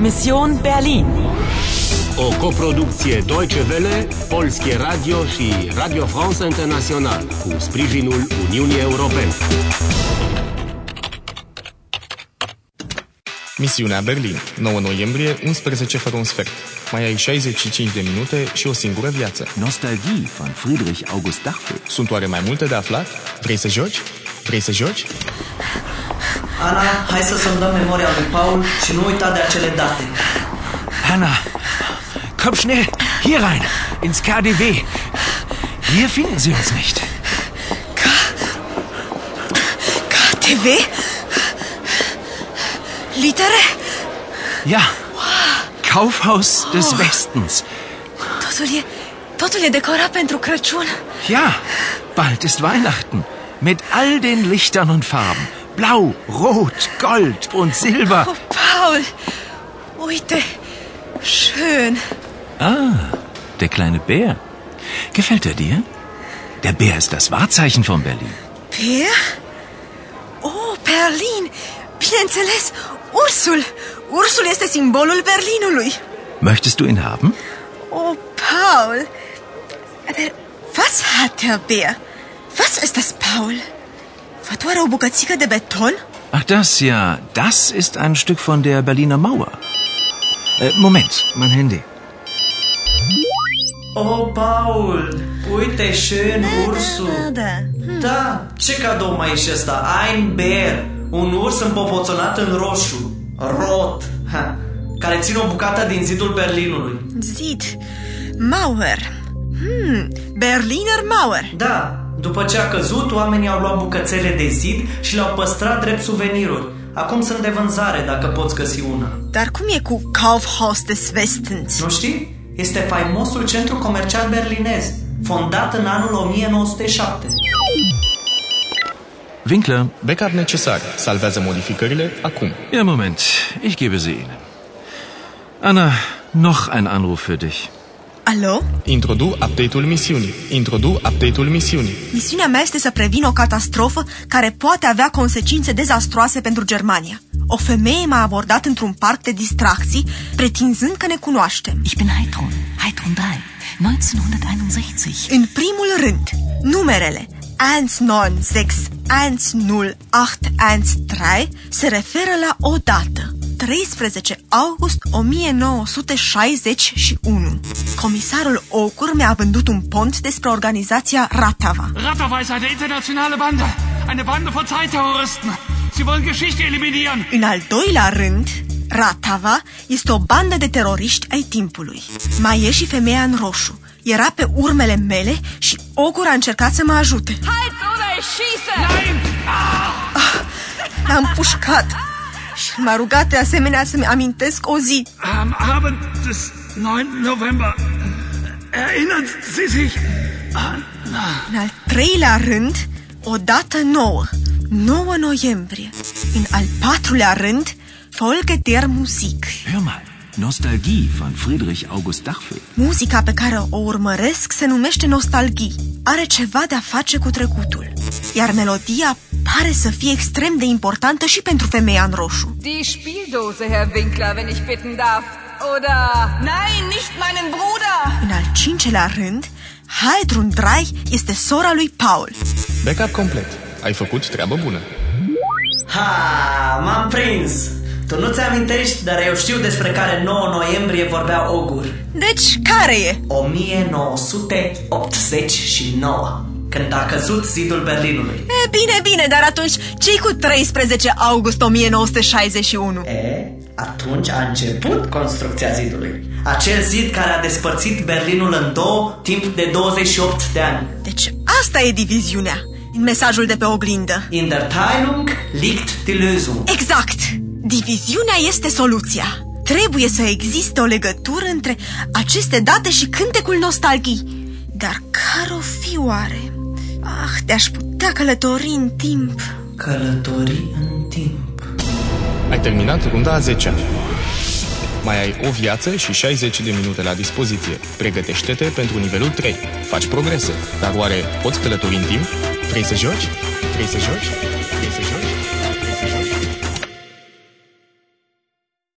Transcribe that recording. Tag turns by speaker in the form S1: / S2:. S1: Mission Berlin.
S2: O coproducție Deutsche Welle, Polskie Radio și Radio France International cu sprijinul Uniunii Europene.
S3: Misiunea Berlin, 9 noiembrie, 11 fără un sfert. Mai ai 65 de minute și o singură viață.
S4: Nostalgie von Friedrich August Dachfeld.
S3: Sunt oare mai multe de aflat? Vrei să joci? Vrei să joci?
S5: Ana, hai să sondăm memoria lui Paul și nu uita de acele date.
S6: Hanna, komm schnell hier rein, ins KDW. Hier finden Sie uns nicht.
S7: KTV? Litere?
S6: Ja, Kaufhaus des
S4: Oh.
S6: Westens.
S7: Totul e, totul e decorat pentru Crăciun.
S6: Ja, bald ist Weihnachten. Mit all den Lichtern und Farben. Blau, Rot, Gold und Silber.
S7: Oh, Paul! Uite! Schön!
S4: Ah, der kleine Bär. Gefällt er dir? Der Bär ist das Wahrzeichen von Berlin.
S7: Bär? Oh, Berlin! Bineînțeles, ursul! Ursul este simbolul Berlinului.
S4: Möchtest du ihn haben?
S7: Oh, Paul! Aber was hat der Bär? Was ist das, Paul? Văd oare o bucățică de beton?
S4: Ach, das ja. Das ist ein Stück von der Berliner Mauer. Äh, Moment, mein Handy.
S5: Oh, Paul, uite, schön ursul.
S7: da.
S5: Da, ce cadou mai e și ăsta? Ein Bär, un urs împopoțonat în roșu, rot, ha, care ține o bucată din zidul Berlinului.
S7: Zid. Mauer. Hmm, Berliner Mauer.
S5: Da, după ce a căzut, oamenii au luat bucățele de zid și le-au păstrat drept suveniruri. Acum sunt de vânzare, dacă poți găsi una.
S7: Dar cum e cu Kaufhaus des Westens?
S5: Nu știi? Este faimosul centru comercial berlinez, fondat în anul 1907.
S4: Winkler.
S3: Backup necesar. Salvează modificările acum.
S4: Ja, Moment. Ich gebe sie Ihnen. Anna, noch ein Anruf für dich.
S7: Alo?
S3: Introdu update-ul misiunii. Introdu update-ul misiunii.
S7: Misiunea mea este să previn o catastrofă care poate avea consecințe dezastroase pentru Germania. O femeie m-a abordat într-un parc de distracții, pretinzând că ne cunoaștem.
S8: Ich bin Heidrun, Heidrun 3, 1961.
S7: În primul rând, numerele 196-108-13 se referă la o dată. 13 august 1961. Comisarul Ocur mi-a vândut un pont despre organizația Ratava.
S9: Rattawey ist eine internationale Bande. Eine Bande von Zeitterroristen. Sie wollen Geschichte eliminieren.
S7: În al doilea rând, Ratava este o bandă de teroriști ai timpului. Mai e și femeia în roșu. Era pe urmele mele și Ogur a încercat să mă ajute.
S8: Halt oder ich schieße!
S9: Nein!
S7: L-am pușcat Ah, și el m-a rugat de asemenea să-mi amintesc o zi.
S9: Am Abend des 9. November. äh, Erinnern Sie sich an...
S7: În al treilea rând, o dată nouă, 9 noiembrie. În al patrulea rând, Folge der Musik.
S4: Hör mal. Nostalgie von Friedrich August Dachfeld.
S7: Muzica pe care o urmăresc se numește nostalghii. Are ceva de a face cu trecutul. Iar melodia pare să fie extrem de importantă și pentru femeia în roșu.
S8: Die Spieldose, Herr Winkler, wenn ich bitten darf. Oder... Nein, nicht meinen Bruder!
S7: În al cincelea rând, Heidrun Drai este sora lui Paul.
S3: Backup complet. Ai făcut treabă bună.
S5: Ha, m-am prins! Tu nu ți amintești, dar eu știu despre care 9 noiembrie vorbea Ogur.
S7: Deci, care e?
S5: 1989, când a căzut zidul Berlinului.
S7: E, bine, bine, dar atunci ce cu 13 august 1961?
S5: E, atunci a început construcția zidului. Acel zid care a despărțit Berlinul în două timp de 28 de ani.
S7: Deci asta e diviziunea din mesajul de pe oglindă.
S5: In der Teilung liegt die Lösung.
S7: Exact! Diviziunea este soluția. Trebuie să existe o legătură între aceste date și cântecul nostalghii. Dar care o fi oare? Ah, te-aș putea călători în timp.
S5: Călătorii în timp.
S3: Ai terminat runda a 10 Mai ai o viață și 60 de minute la dispoziție. Pregătește-te pentru nivelul 3. Faci progrese. Dar oare poți călători în timp? Vrei să joci? Vrei să joci? Vrei să joci?